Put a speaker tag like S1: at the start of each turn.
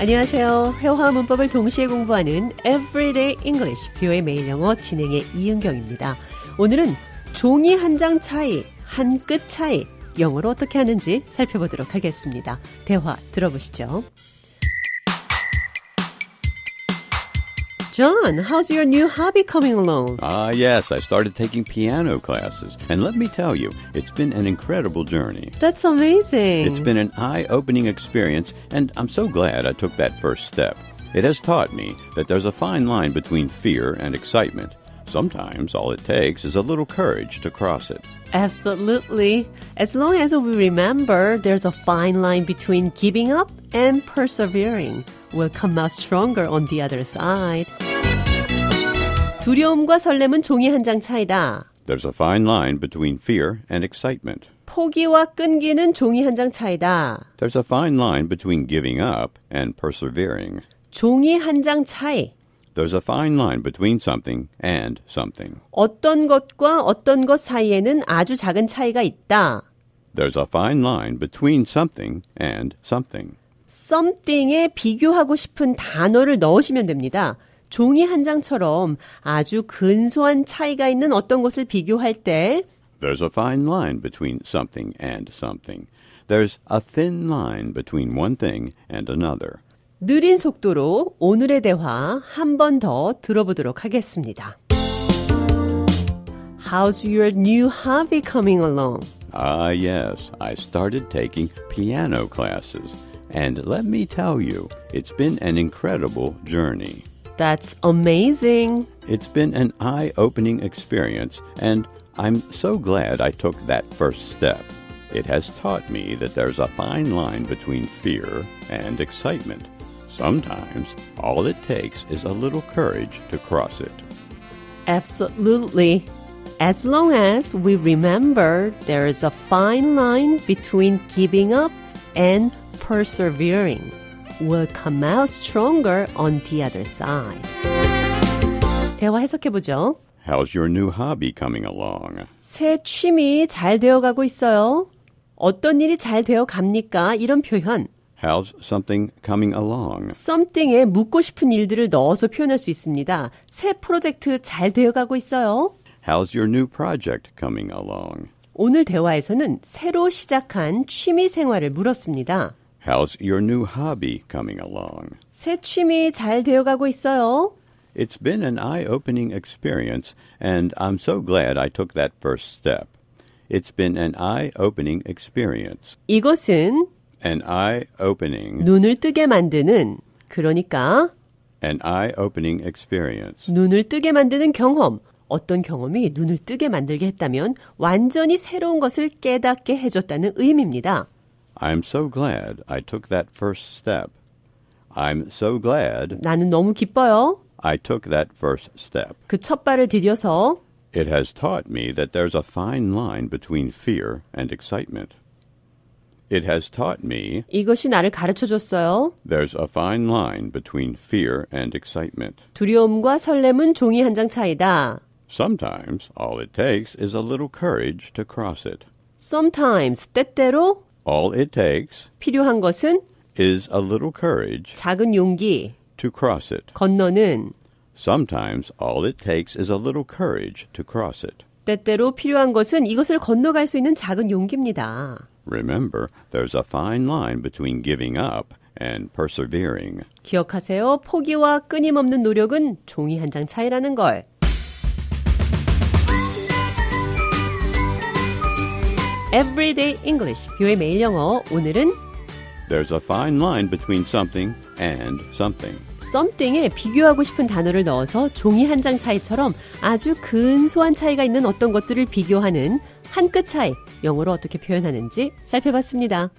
S1: 안녕하세요. 회화와 문법을 동시에 공부하는 Everyday English, 뷰의 매일 영어 진행의 이은경입니다. 오늘은 종이 한 장 차이, 한 끗 차이, 영어로 어떻게 하는지 살펴보도록 하겠습니다. 대화 들어보시죠. John, how's your new hobby coming along?
S2: Ah, yes, I started taking piano classes. And let me tell you, it's been an incredible journey.
S1: That's amazing.
S2: It's been an eye opening experience, and I'm so glad I took that first step. It has taught me that there's a fine line between fear and excitement. Sometimes all it takes is a little courage to cross it.
S1: Absolutely. As long as we remember there's a fine line between giving up and persevering. We'll come out stronger on the other side. 두려움과 설렘은 종이 한 장 차이다.
S2: There's a fine line between fear and excitement.
S1: 포기와 끈기는 종이 한 장 차이다.
S2: There's a fine line between giving up and persevering.
S1: 종이 한 장 차이.
S2: There's a fine line between something and something.
S1: 어떤 것과 어떤 것 사이에는 아주 작은 차이가 있다.
S2: There's a fine line between something and something.
S1: something에 비교하고 싶은 단어를 넣으시면 됩니다. 종이 한 장처럼 아주 근소한 차이가 있는 어떤 것을 비교할 때
S2: There's a fine line between something and something. There's a thin line between one thing and another.
S1: 느린 속도로 오늘의 대화 한 번 더 들어보도록 하겠습니다. How's your new hobby coming along?
S2: Ah, yes, I started taking piano classes. And let me tell you, it's been an incredible journey.
S1: That's amazing.
S2: It's been an eye opening experience, and I'm so glad I took that first step. It has taught me that there's a fine line between fear and excitement. Sometimes all it takes is a little courage to cross it.
S1: Absolutely. As long as we remember there is a fine line between giving up and persevering, we'll come out stronger on the other side. 대화 해석해보죠.
S2: How's your new hobby coming along?
S1: 새 취미 잘 되어가고 있어요. 어떤 일이 잘 되어 갑니까? 이런 표현.
S2: How's something coming along?
S1: something에 묻고 싶은 일들을 넣어서 표현할 수 있습니다. 새 프로젝트 잘 되어가고 있어요.
S2: How's your new project coming along?
S1: 오늘 대화에서는 새로 시작한 취미 생활을 물었습니다.
S2: How's your new hobby coming along?
S1: 새 취미 잘 되어가고 있어요.
S2: It's been an eye opening experience, and I'm so glad I took that first step. It's been an eye opening experience.
S1: 이것은
S2: An eye opening.
S1: 눈을 뜨게 만드는, 그러니까
S2: An eye opening experience.
S1: 눈을 뜨게 만드는 경험. 어떤 경험이 눈을 뜨게 만들게 했다면 완전히 새로운 것을 깨닫게 해줬다는 의미입니다.
S2: I'm so glad I took that first step. I'm so glad
S1: 나는 너무 기뻐요.
S2: I took that first step.
S1: 그 첫 발을 디뎌서
S2: It has taught me that there's a fine line between fear and excitement. It has taught me
S1: 이것이 나를 가르쳐 줬어요.
S2: there's a fine line between fear and excitement.
S1: 두려움과 설렘은 종이 한 장 차이다.
S2: Sometimes all it takes is a little courage to cross it.
S1: Sometimes 때때로
S2: All it takes
S1: 필요한 것은
S2: is a little courage
S1: 작은 용기,
S2: to cross it.
S1: 건너는
S2: Sometimes all it takes is a little courage to cross it.
S1: 때때로 필요한 것은 이것을 건너갈 수 있는 작은 용기입니다.
S2: Remember, there's a fine line between giving up and persevering.
S1: 기억하세요. 포기와 끊임없는 노력은 종이 한 장 차이라는 걸. Everyday English, 뷰의 매일 영어. 오늘은
S2: There's a fine line between something and something.
S1: something에 비교하고 싶은 단어를 넣어서 종이 한 장 차이처럼 아주 근소한 차이가 있는 어떤 것들을 비교하는 한 끗 차이, 영어로 어떻게 표현하는지 살펴봤습니다.